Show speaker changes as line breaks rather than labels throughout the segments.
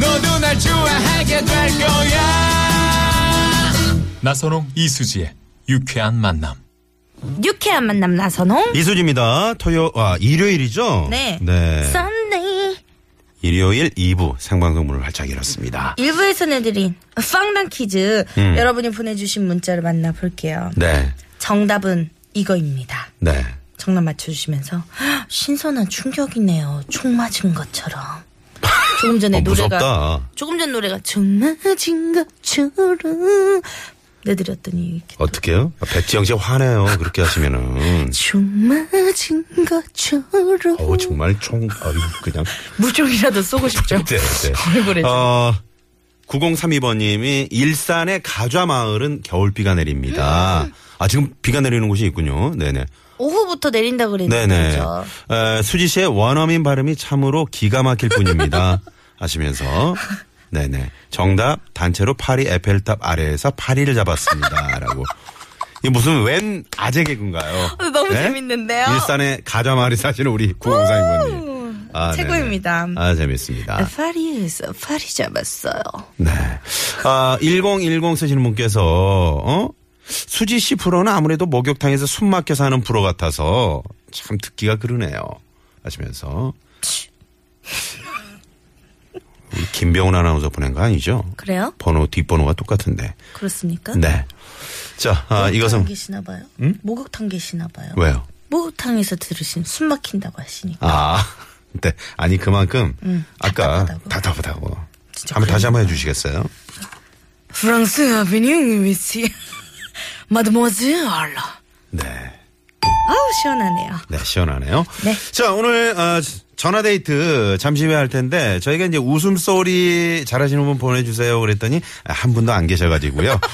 너도 날 좋아하게 될 거야. 나선홍 이수지의 유쾌한 만남.
유쾌한 만남 나선홍.
이수지입니다. 토요, 아, 일요일이죠?
네.
네.
썬데이.
일요일 2부 생방송 문을 활짝 열었습니다.
일부에서 내드린 빵당 퀴즈.
음.
여러분이 보내주신 문자를 만나볼게요.
네.
정답은 이거입니다.
네.
정답 맞춰주시면서 헉, 신선한 충격이네요. 총 맞은 것처럼. 조금 전에
어,
네, 노래가
무섭다.
조금 전 노래가 총 맞은 것처럼 내드렸더니 이렇게
어떻게요? 아, 백지영 씨 화내요. 그렇게 하시면은.
총 맞은 것처럼
어우, 정말 총, 어유 그냥.
물총이라도 쏘고 싶죠.
네, 네.
얼굴에 좀.
어, 9032번님이 일산의 가좌마을은 겨울비가 내립니다. 아, 지금 비가 내리는 곳이 있군요. 네네.
오후부터 내린다 그랬는데
네네.
죠
에, 수지 씨의 원어민 발음이 참으로 기가 막힐 뿐입니다. 하시면서. 네네. 정답, 단체로 파리 에펠탑 아래에서 파리를 잡았습니다. 라고. 이게 무슨 웬 아재 개그인가요? 네?
너무 재밌는데요?
일산에 가자마을이 사시는 우리 구공사인분님.
네, 최고입니다.
아,
네.
재밌습니다.
파리에서 파리 잡았어요.
네. 아, 1010 쓰시는 분께서, 어? 수지 씨 프로는 아무래도 목욕탕에서 숨 막혀 사는 프로 같아서 참 듣기가 그러네요. 하시면서. 우리 김병훈 아나운서 보낸 거 아니죠?
그래요?
번호, 뒷번호가 똑같은데.
그렇습니까?
네. 자, 아, 이것은,
계시나 봐요. 목욕탕 계시나 봐요.
왜요?
목욕탕에서 들으신 숨 막힌다고 하시니까.
아, 네. 아니, 그만큼, 아까
음, 답답하다고.
답답하다고.
진짜
한번 다시 한번 해주시겠어요?
아. 프랑스 아비뇽 위치 마드모즈 알라.
네.
아우 시원하네요.
네, 시원하네요.
네.
자, 오늘 어, 전화데이트 잠시 후에 할 텐데 저희가 이제 웃음소리 잘하시는 분 보내주세요 그랬더니 한 분도 안 계셔가지고요.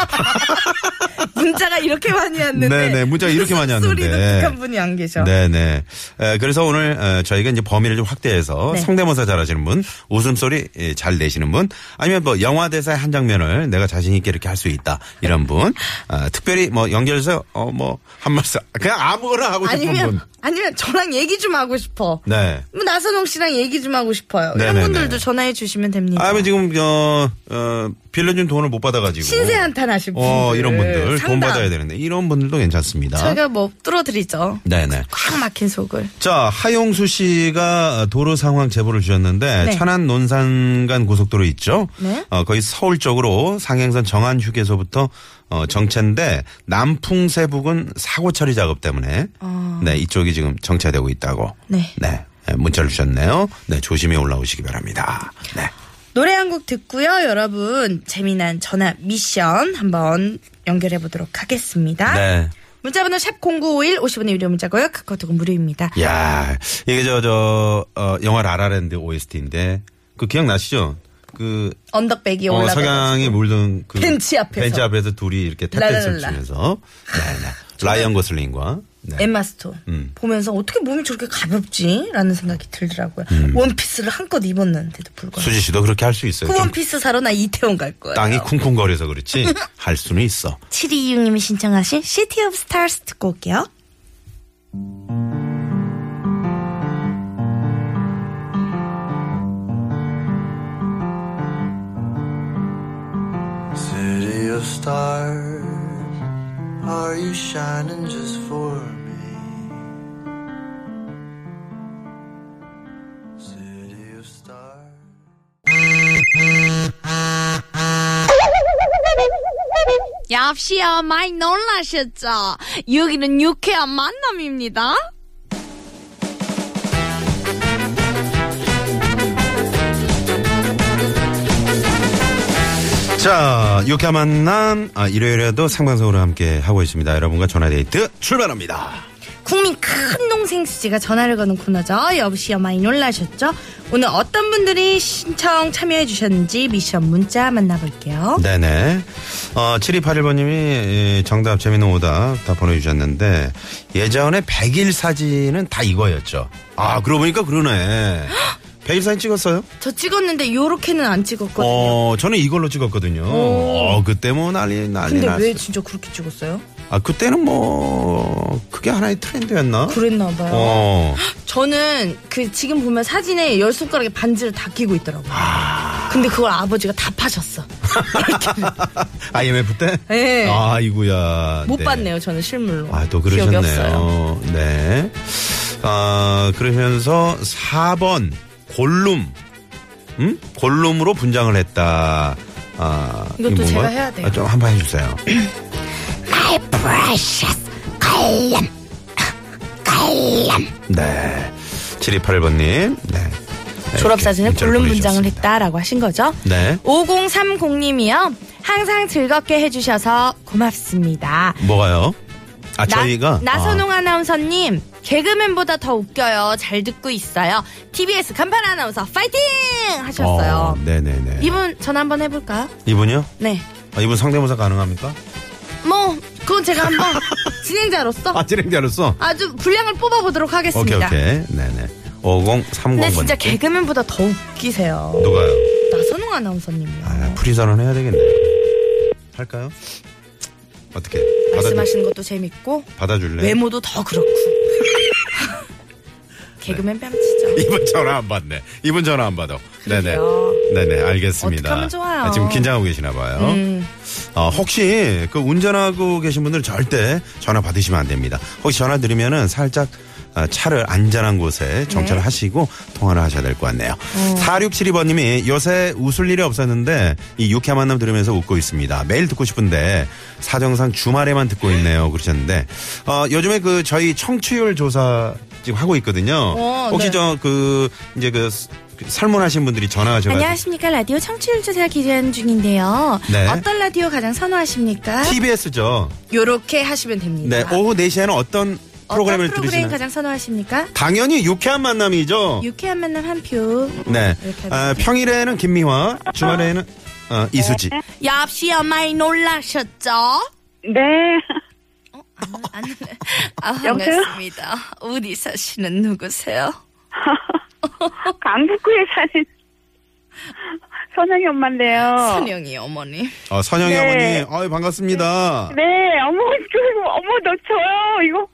아, 문자가 이렇게 많이 왔는데.
네네, 문자가 이렇게 많이 왔는데.
소리도 한 분이 안 계셔.
네네. 에, 그래서 오늘 어, 저희가 이제 범위를 좀 확대해서
네.
성대모사 잘하시는 분, 웃음소리 예, 잘 내시는 분, 아니면 뭐 영화 대사의 한 장면을 내가 자신 있게 이렇게 할 수 있다 이런 분, 아, 특별히 뭐 연결해서 어 뭐 한 말씀 그냥 아무거나 하고 싶은
아니면
분.
아니면 저랑 얘기 좀 하고 싶어.
네.
뭐 나선홍 씨랑 얘기 좀 하고 싶어요. 이런
네네네.
분들도 전화해 주시면 됩니다.
아니 지금 어, 어 빌려준 돈을 못 받아가지고
신세 한탄하신 분들.
어, 이런 분들 돈
네, 상담.
받아야 되는데 이런 분들도 괜찮습니다.
저희가 뭐 뚫어드리죠.
네네.
꽉 막힌 속을.
자 하용수 씨가 도로 상황 제보를 주셨는데
네.
천안 논산간 고속도로 있죠.
네.
어, 거의 서울 쪽으로 상행선 정안 휴게소부터 어, 정체인데 남풍세 부근 사고 처리 작업 때문에 네 이쪽이 지금 정체되고 있다고.
아. 네.
네, 문자를 주셨네요. 네 조심히 올라오시기 바랍니다. 네.
노래 한 곡 듣고요. 여러분 재미난 전화 미션 한번 연결해 보도록 하겠습니다.
네.
문자번호 샵 0951, 50원의 유료 문자고요. 카카오톡은 무료입니다.
야 이게 저, 저, 어, 영화 라라랜드 OST인데, 그 기억나시죠? 그,
언덕백이
어,
올라가.
석양이 물든 그.
벤치 앞에서.
벤치 앞에서 둘이 이렇게 탭댄스를
랄랄라.
추면서. 네네. 라이언 고슬링과. 네.
엠마 스톤
음.
보면서 어떻게 몸이 저렇게 가볍지라는 생각이 들더라고요. 원피스를 한껏 입었는데도 불구하고
음. 수지 씨도 그렇게 할 수 있어요.
그
좀
원피스 사러 나 이태원 갈 거예요.
땅이 쿵쿵거려서 그렇지. 할 수는 있어.
7226님이 신청하신 시티 오브 스타스 듣고 올게요.
City of stars, are you shining just for me? City of stars.
역시요 많이 놀라셨죠? 여기는 유쾌한 만남입니다.
자, 유쾌한 만남. 아, 일요일에도 생방송으로 함께 하고 있습니다. 여러분과 전화데이트 출발합니다.
국민 큰 동생 수지가 전화를 거는 코너죠. 여보시요 많이 놀라셨죠? 오늘 어떤 분들이 신청 참여해 주셨는지 미션 문자 만나볼게요.
네네. 어, 7281번님이 정답 재밌는 오답 다 보내주셨는데 예전에 100일 사진은 다 이거였죠. 아, 그러고 보니까 그러네. 100일 사진 찍었어요?
저 찍었는데 요렇게는 안 찍었거든요.
어, 저는 이걸로 찍었거든요. 어, 그때 뭐 난리, 난리
근데
났어요.
왜 진짜 그렇게 찍었어요?
아, 그때는 뭐, 그게 하나의 트렌드였나?
그랬나 봐요.
어.
저는 그 지금 보면 사진에 열 손가락에 반지를 다 끼고 있더라고요.
아.
근데 그걸 아버지가 다 파셨어.
IMF 때?
네.
아이고야.
못
네.
봤네요, 저는 실물로.
아, 또
기억이 없어요.
그러셨네요. 네. 아, 그러면서 4번 골룸. 음? 골룸으로 분장을 했다. 아,
이것도
이게 뭔가요?
제가 해야 돼요.
아, 좀 한번 해 주세요.
My precious 갈람 갈람
네. 7281번 님. 네. 네,
졸업사진을
이렇게 문자를
볼륨 분장을
보내주셨습니다.
했다라고 하신 거죠.
네.
5030님이요. 항상 즐겁게 해주셔서 고맙습니다.
뭐가요? 아, 저희가
나, 나선홍 아나운서님, 개그맨보다 더 웃겨요. 잘 듣고 있어요. TBS 간판 아나운서 파이팅!
아,
하셨어요.
네, 네, 네.
이분 전화 한번 해볼까요?
이분이요?
네.
아, 이분 상대모사 가능합니까?
뭐, 그건 제가 한번 진행자로서
아, 진행자로서.
아주 분량을 뽑아보도록
오케이,
하겠습니다.
오케이. 네, 네. 5030번.
근데 진짜 개그맨보다 더 웃기세요.
누가요?
나선홍 아나운서님이요.
아, 프리선언 해야 되겠네. 할까요? 어떻게? 받아줄,
말씀하시는 것도 재밌고
받아줄래?
외모도 더 그렇고 개그맨 뺨치죠.
이분 전화 안 받네. 이분 전화 안 받아. 네네.
그러게요.
네네, 알겠습니다.
어떡하면 좋아요. 음.
아, 지금 긴장하고 계시나 봐요. 아, 혹시 그 운전하고 계신 분들 절대 전화 받으시면 안 됩니다. 혹시 전화 드리면은 살짝 아, 차를 안전한 곳에 정차를
네.
하시고 통화를 하셔야 될 것 같네요.
음.
4672번님이 요새 웃을 일이 없었는데 이 유쾌한 만남 들으면서 웃고 있습니다. 매일 듣고 싶은데 사정상 주말에만 듣고 있네요. 그러셨는데 어, 요즘에 그 저희 청취율 조사 지금 하고 있거든요.
어,
혹시
네.
저 그 이제 그 스- 그 설문하신 분들이 전화하셔가지고
안녕하십니까 라디오 청취율 조사 기준 중인데요.
네.
어떤 라디오 가장 선호하십니까?
TBS죠.
요렇게 하시면
네,
됩니다.
오후 4시에는 어떤
아. 어떤
프로그램을
프로그램
들으시나요?
가장 선호하십니까?
당연히 유쾌한 만남이죠.
유쾌한 만남 한 표.
네.
이렇게
아, 평일에는 김미화, 주말에는 어, 이수지.
엽시야 많이 놀라셨죠?
네.
안, 아, 반갑습니다. 어디 사시는 누구세요?
강북구에 사는 선영이
어.
엄마인데요.
선영이 어머니.
어, 선영이
네.
어머니, 어이, 반갑습니다.
네, 어머, 그, 어머, 너 저요, 이거.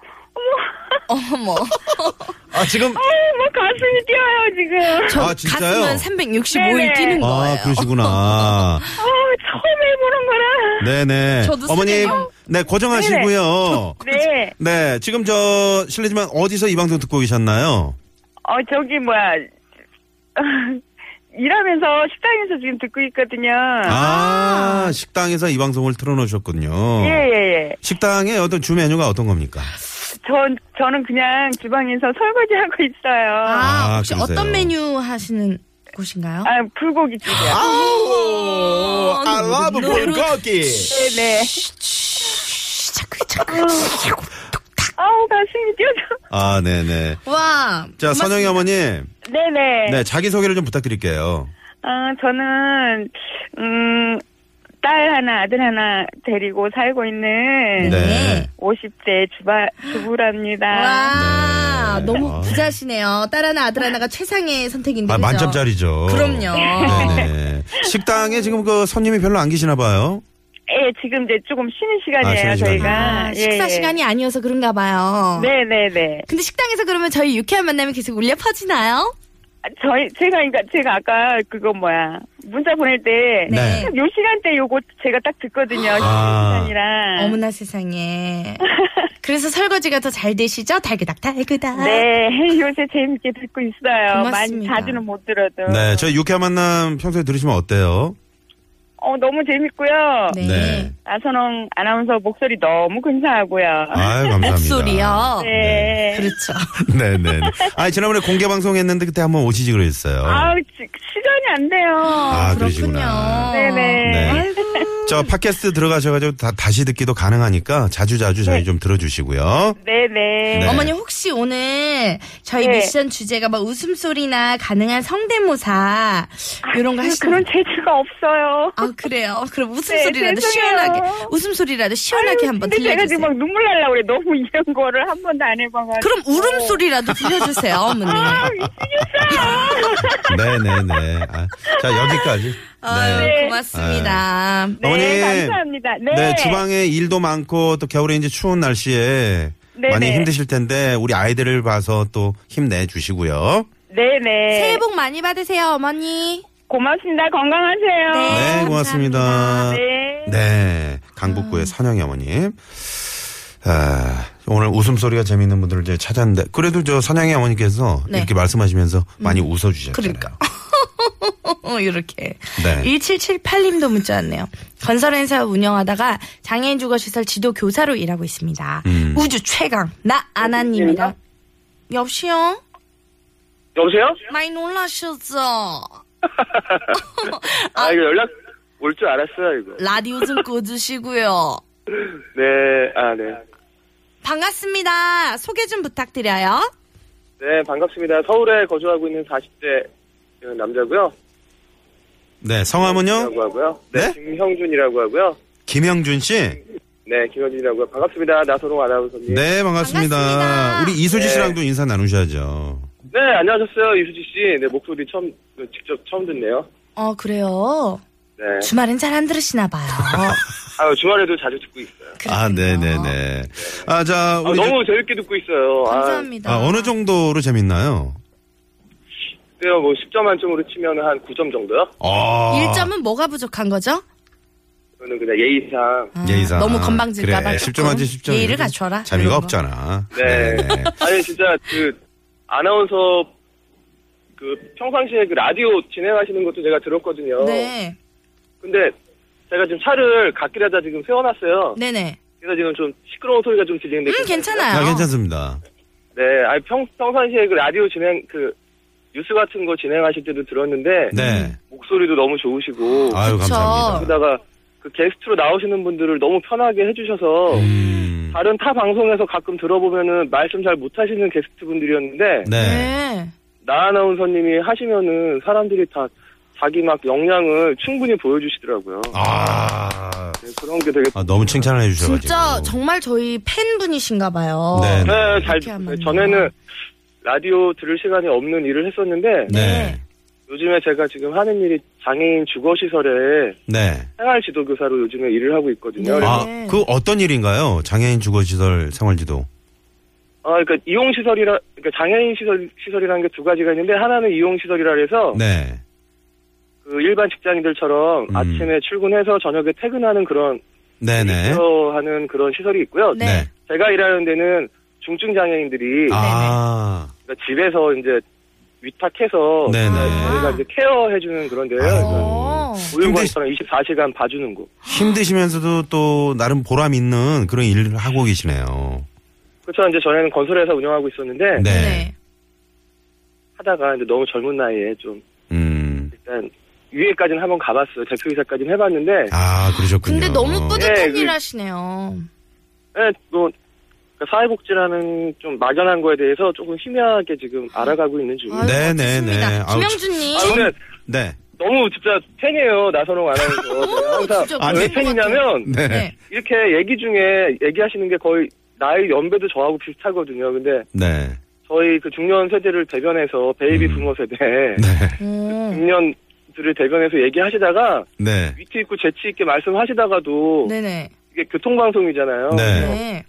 어머,
어머.
아, 지금.
어머, 가슴이 뛰어요, 지금.
저
아, 진짜요?
가슴은 365일
네네.
뛰는 거예요.
아, 그러시구나.
아, 처음 해보는 거라.
네네.
저도
어머님,
선영이요.
네, 고정하시고요.
네.
네, 지금 저, 실례지만 어디서 이 방송 듣고 계셨나요?
어, 저기, 뭐야. 일하면서 식당에서 지금 듣고 있거든요.
아, 식당에서 이 방송을 틀어놓으셨군요.
예, 예, 예.
식당의 어떤 주 메뉴가 어떤 겁니까?
전, 저는 그냥 주방에서 설거지하고 있어요. 아,
아,
아,
혹시
그러세요.
어떤 메뉴 하시는 곳인가요?
불고기집이요.
어,
아우, 어, I love 불고기.
네, 네. 아우, 가슴이 뛰어져.
아, 네네.
와.
자, 선영이
네.
어머님.
네네.
네, 자기소개를 좀 부탁드릴게요.
어, 저는, 음, 딸 하나, 아들 하나 데리고 살고 있는
네.
50대 주바, 주부랍니다.
와,
네. 아.
너무 부자시네요. 딸 하나, 아들 하나가 최상의 선택인데.
아,
그죠?
만점짜리죠.
그럼요.
네네. 식당에 지금 그 손님이 별로 안 계시나 봐요.
예, 지금 이제 조금
아,
쉬는 시간이에요,
쉬는
저희가.
시간이요.
예,
식사
예.
시간이 아니어서 그런가 봐요.
네네네.
근데 식당에서 그러면 저희 유쾌한 만남이 계속 울려 퍼지나요?
아, 저희, 제가, 그러니까 제가 아까 그거 뭐야. 문자 보낼 때.
네.
참요 시간대 요거 제가 딱 듣거든요.
아.
쉬는 시간이라.
어머나 세상에. 그래서 설거지가 더 잘 되시죠? 달그닥 달그닥.
네, 요새 재밌게 듣고 있어요. 많이
아. 고맙습니다.
자주는 못 들어도.
네, 저 유쾌한 만남 평소에 들으시면 어때요?
어, 너무 재밌고요.
네.
나선홍 아나운서 목소리 너무 근사하고요.
아유, 감사합니다.
목소리요.
네.
그렇죠.
네네. 아, 지난번에 공개 방송 했는데 그때 한번 오시지 그랬어요.
아우, 지- 시간이 안 돼요. 네,
아,
그렇군요.
그러시구나.
네네.
네. 저 팟캐스트 들어가셔가지고 다, 다시 듣기도 가능하니까 자주자주 저희 좀 들어주시고요.
네네.
네.
어머니 혹시 오늘 저희
네.
미션 주제가 막 웃음소리나 가능한 성대모사 이런 거 하시는
아, 그런 재주가 없어요.
아 그래요? 그럼 웃음소리라도
죄송해요.
시원하게 웃음소리라도 시원하게
아유,
한번
근데 제가
들려주세요.
지금 막 어. 눈물 날라 그래. 너무 이런 거를 한 번도 안 해봐가지고.
그럼 울음소리라도 들려주세요, 어머니.
아,
네네네. 아, 자, 여기까지.
아유,
네.
고맙습니다.
어머니.
네, 감사합니다. 네.
주방에 일도 많고 또 겨울에 이제 추운 날씨에
네네.
많이 힘드실 텐데 우리 아이들을 봐서 또 힘내 주시고요.
네네.
새해 복 많이 받으세요, 어머니.
고맙습니다. 건강하세요.
네, 고맙습니다.
네.
네, 강북구의 선영이 어머님. 아, 오늘 웃음소리가 재밌는 분들을 이제 찾았는데 그래도 저 선영이 어머니께서
네.
이렇게 말씀하시면서 많이 웃어주셨잖아요.
그러니까. 어, 이렇게.
네.
1778님도 문자 왔네요. 건설회사 운영하다가 장애인 주거시설 지도 교사로 일하고 있습니다.
음.
우주 최강, 나 아나님이랑. 여보세요?
여보세요?
많이 놀라셨죠?
아, 이거 연락 올 줄 알았어요, 이거.
라디오 좀 꺼주시고요.
네, 아, 네.
반갑습니다. 소개 좀 부탁드려요.
네, 반갑습니다. 서울에 거주하고 있는 40대 남자고요.
네, 성함은요?
라고 하고요.
네?
네, 김형준이라고 하고요.
김영준 씨.
네, 김형준이라고 요 반갑습니다. 나선홍 아나운서님.
네, 반갑습니다.
반갑습니다. 네.
우리 이수지 씨랑도 인사 나누셔야죠.
네, 안녕하셨어요, 이수지 씨. 네, 목소리 처음 직접 처음 듣네요.
어, 그래요?
네.
주말엔 잘 안 들으시나 봐요.
아, 주말에도 자주 듣고 있어요.
아, 네, 네, 네. 아, 자,
아,
우리
너무 재밌게 듣고 있어요.
감사합니다.
아, 어느 정도로 재밌나요?
아, 그래요. 뭐 10점 만점으로 치면 한 9점 정도요?
아.
1점은 뭐가 부족한 거죠?
저는 그냥 예의상.
아,
예의상.
너무 건방질까봐.
그래, 10점 만점 10점.
예의를 갖춰라.
재미가
이런 거.
없잖아.
네. 아니 진짜 그 아나운서 그 평상시에 그 라디오 진행하시는 것도 제가 들었거든요.
네.
근데 제가 지금 차를 갓길에다 지금 세워놨어요.
네네.
그래서 지금 좀 시끄러운 소리가 좀 들리는데.
음, 괜찮아요.
아, 괜찮습니다.
네, 아니 평 평상시에 그 라디오 진행 그 뉴스 같은 거 진행하실 때도 들었는데
네.
목소리도 너무 좋으시고
아유,
음, 그쵸.
감사합니다.
거기다가 그 게스트로 나오시는 분들을 너무 편하게 해주셔서
음.
다른 타 방송에서 가끔 들어보면은 말씀 잘 못하시는 게스트분들이었는데
네.
나 아나운서님이 하시면은 사람들이 다 자기 막 역량을 충분히 보여주시더라고요.
아.
네, 그런 게 되게
아, 너무 칭찬을 해주셔가지고.
진짜 정말 저희 팬분이신가 봐요.
네.
네, 잘
이렇게 하면요.
네, 전에는 라디오 들을 시간이 없는 일을 했었는데
네.
요즘에 제가 지금 하는 일이 장애인 주거 시설에
네.
생활 지도 교사로 요즘에 일을 하고 있거든요.
네.
그래서
아, 그 어떤 일인가요? 장애인 주거시설 생활지도.
아, 그러니까 이용 시설이라 그러니까 장애인 시설 시설이라는 게 두 가지가 있는데 하나는 이용 시설이라 해서
네.
그 일반 직장인들처럼
음.
아침에 출근해서 저녁에 퇴근하는 그런
네네.
하는 그런 시설이 있고요.
네.
제가 일하는 데는 중증 장애인들이
아.
그러니까 집에서 이제 위탁해서 아,
네네.
저희가 이제 케어해주는 그런데요.
아이고. 힘드시-
보육원처럼 24시간 봐주는 곳.
힘드시면서도 또 나름 보람 있는 그런 일을 하고 계시네요.
그렇죠. 이제 전에는 건설회사 운영하고 있었는데
네.
네.
하다가 이제 너무 젊은 나이에 좀
음.
일단 위에까지는 한번 가봤어요. 대표이사까지는 해봤는데
아, 그러셨군요.
근데 너무 뿌듯한
네, 그-
일 하시네요.
예, 뭐 그러니까 사회복지라는 좀 막연한 거에 대해서 조금 희미하게 지금 알아가고 있는 중이에요.
그 네네네.
좋습니다.
아우,
김영준님.
아, 근데
네.
너무 진짜 팬이에요 나선홍 아나운서. 제가 항상
진짜
아니,
왜
그런 것 같아요.
팬이냐면
네.
네.
이렇게 얘기 중에 얘기하시는 게 거의 나이 연배도 저하고 비슷하거든요. 근데
네.
저희 그 중년 세대를 대변해서 베이비
음.
부모 세대
네.
오.
중년들을 대변해서 얘기하시다가
네.
위트 있고 재치 있게 말씀하시다가도
네네.
이게 교통방송이잖아요.
네.
네.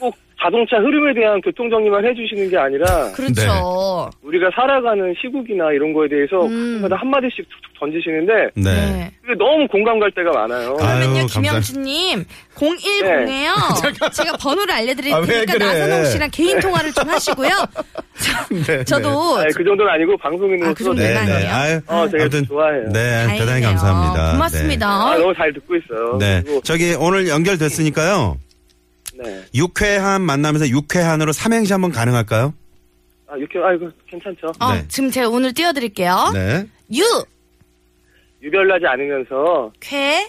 꼭 자동차 흐름에 대한 교통 정리만 해주시는 게 아니라
그렇죠.
우리가 살아가는 시국이나 이런 거에 대해서
음.
가끔마다 한 마디씩 툭툭 던지시는데
네.
그게 너무 공감 갈 때가 많아요.
아,
그러면요,
아유, 네.
김영준님, 010에요. 제가 번호를 알려드릴
아, 왜
테니까
그래?
나선홍 씨랑 개인 통화를 좀 하시고요.
네.
저도
아니, 그 정도는 아니고 방송인으로
아, 그 정도는
네,
네.
네.
아니에요?
아유,
어, 제가
아무튼,
좋아해요.
네,
다행이네요.
대단히 감사합니다.
고맙습니다.
아, 너무 잘 듣고 있어요.
네. 네.
그리고,
저기 오늘 연결됐으니까요.
네.
육회한 만나면서 육회한으로 삼행시 한번 가능할까요?
아, 육회, 아이고, 괜찮죠.
어,
네.
지금 제가 어? 오늘 띄워드릴게요.
네.
유,
유별나지 않으면서
쾌,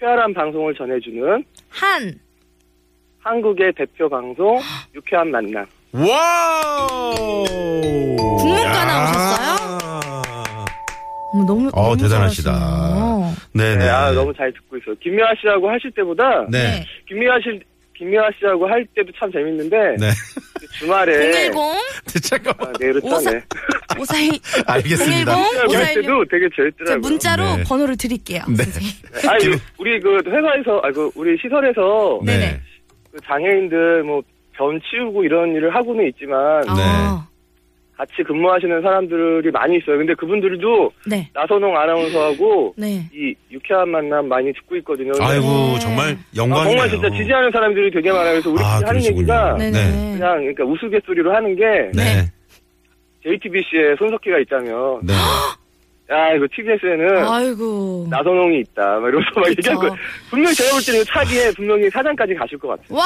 쾌활한 방송을 전해주는
한
한국의 대표 방송 유쾌한 만남.
와우!
국문과
야.
나오셨어요? 어머, 너무
어,
너무
대단하시다.
잘하시네요.
네네.
네, 아 너무 잘 듣고 있어요. 김미화 씨하고 하실 때보다
네.
김미화 씨 김미화 씨하고 할 때도 참 재밌는데
네.
주말에
010
아,
잠깐만.
내일로
오사-
짜네.
네. 오사이
알겠습니다.
010
할
오사이
때도 되게 재밌더라고요.
문자로
네.
번호를 드릴게요.
네.
선생님.
아 우리 그 회사에서 아 그 우리 시설에서
네.
그 장애인들 뭐 변 치우고 이런 일을 하고는 있지만
네.
어,
같이 근무하시는 사람들이 많이 있어요. 근데 그분들도
네.
나선홍 아나운서하고
네.
이 유쾌한 만남 많이 듣고 있거든요.
아이고, 정말
아,
영광이네요.
정말 진짜 지지하는 사람들이 되게 많아요. 그래서 우리끼리
아,
하는
그러시군요.
얘기가
네.
네네.
그냥 그러니까 우스갯소리로 하는 게
네.
JTBC에 손석희가 있다면
네.
아, 야 이거 TBS에는
아이고.
나선홍이 있다 막 이러면서 막
그쵸.
얘기할 거예요. 분명히 제가 볼 때는 차기에 분명히 사장까지 가실 것 같아요.
와!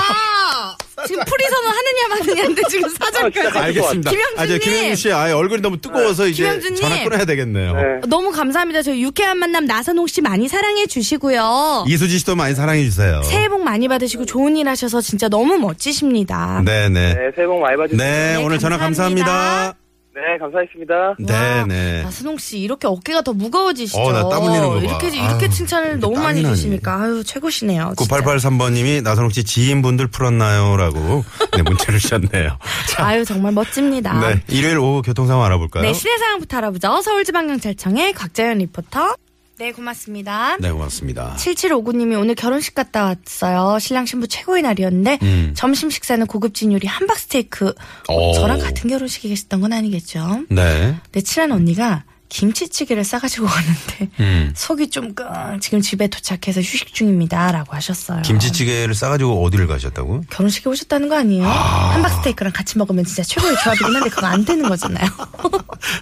지금 프리선언 하느냐 마느냐인데 지금 사장까지.
알겠습니다. 아, 저
김영준님.
김영준 씨, 아, 얼굴이 너무 뜨거워서 이제
김영준님.
전화 끊어야 되겠네요.
네.
너무 감사합니다. 저희 유쾌한 만남 나선홍 씨 많이 사랑해 주시고요.
이수지 씨도 많이 사랑해 주세요.
새해 복 많이 받으시고 좋은 일 하셔서 진짜 너무 멋지십니다.
네, 네.
네, 새해 복 많이 받으세요.
네, 오늘 전화 감사합니다.
감사합니다.
네, 감사했습니다.
네, 네.
나선홍 아, 씨 이렇게 어깨가 더 무거워지시죠?
어, 나땀 흘리는 거 봐.
이렇게 이렇게
아유,
칭찬을
이렇게
너무 많이
땀이 나네.
주시니까 아유 최고시네요. 진짜.
9883번 님이 나선홍 씨 지인분들 풀었나요? 라고 네, 문자를 주셨네요.
아유 정말 멋집니다.
네. 일요일 오후 교통 상황 알아볼까요?
네, 시내 상황부터 알아보죠. 서울지방경찰청의 곽자연 리포터. 네, 고맙습니다.
네, 고맙습니다.
7759님이 오늘 결혼식 갔다 왔어요. 신랑 신부 최고의 날이었는데
음.
점심 식사는 고급진 요리 함박 스테이크. 어,
오.
저랑 같은 결혼식에 계셨던 건 아니겠죠?
네.
내 친한 언니가 김치찌개를 싸가지고 왔는데
음.
속이 좀 끙. 지금 집에 도착해서 휴식 중입니다라고 하셨어요.
김치찌개를 싸가지고 어디를 가셨다고?
결혼식에 오셨다는 거 아니에요? 함박 스테이크랑 같이 먹으면 진짜 최고의 조합이긴 한데 그거 안 되는 거잖아요.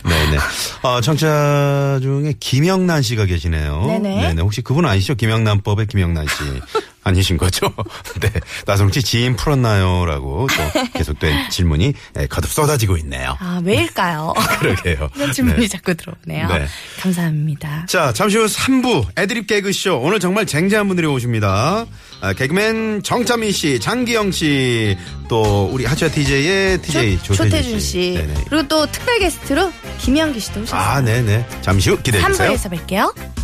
네네. 어, 청자 중에 김영란 씨가 계시네요.
네네.
혹시 그분 아시죠? 김영란법의 김영란 씨. 아니신 거죠? 네. 나성욱 씨 지인 풀었나요? 라고 또 계속된 질문이 네, 가득 쏟아지고 있네요.
아 왜일까요?
그러게요.
이런 질문이
네.
자꾸 들어오네요.
네.
감사합니다.
자, 잠시 후 3부 애드립 개그쇼. 오늘 정말 쟁쟁한 분들이 오십니다. 아, 개그맨 정찬민 씨, 장기영 씨, 또 우리 하차 DJ의 DJ
조-
조태준
조태준 씨.
씨. 네네.
그리고 또 특별 게스트로 김영기 씨도 오셨어요.
아, 네네. 잠시 후 기대해 주세요.
3부에서 뵐게요.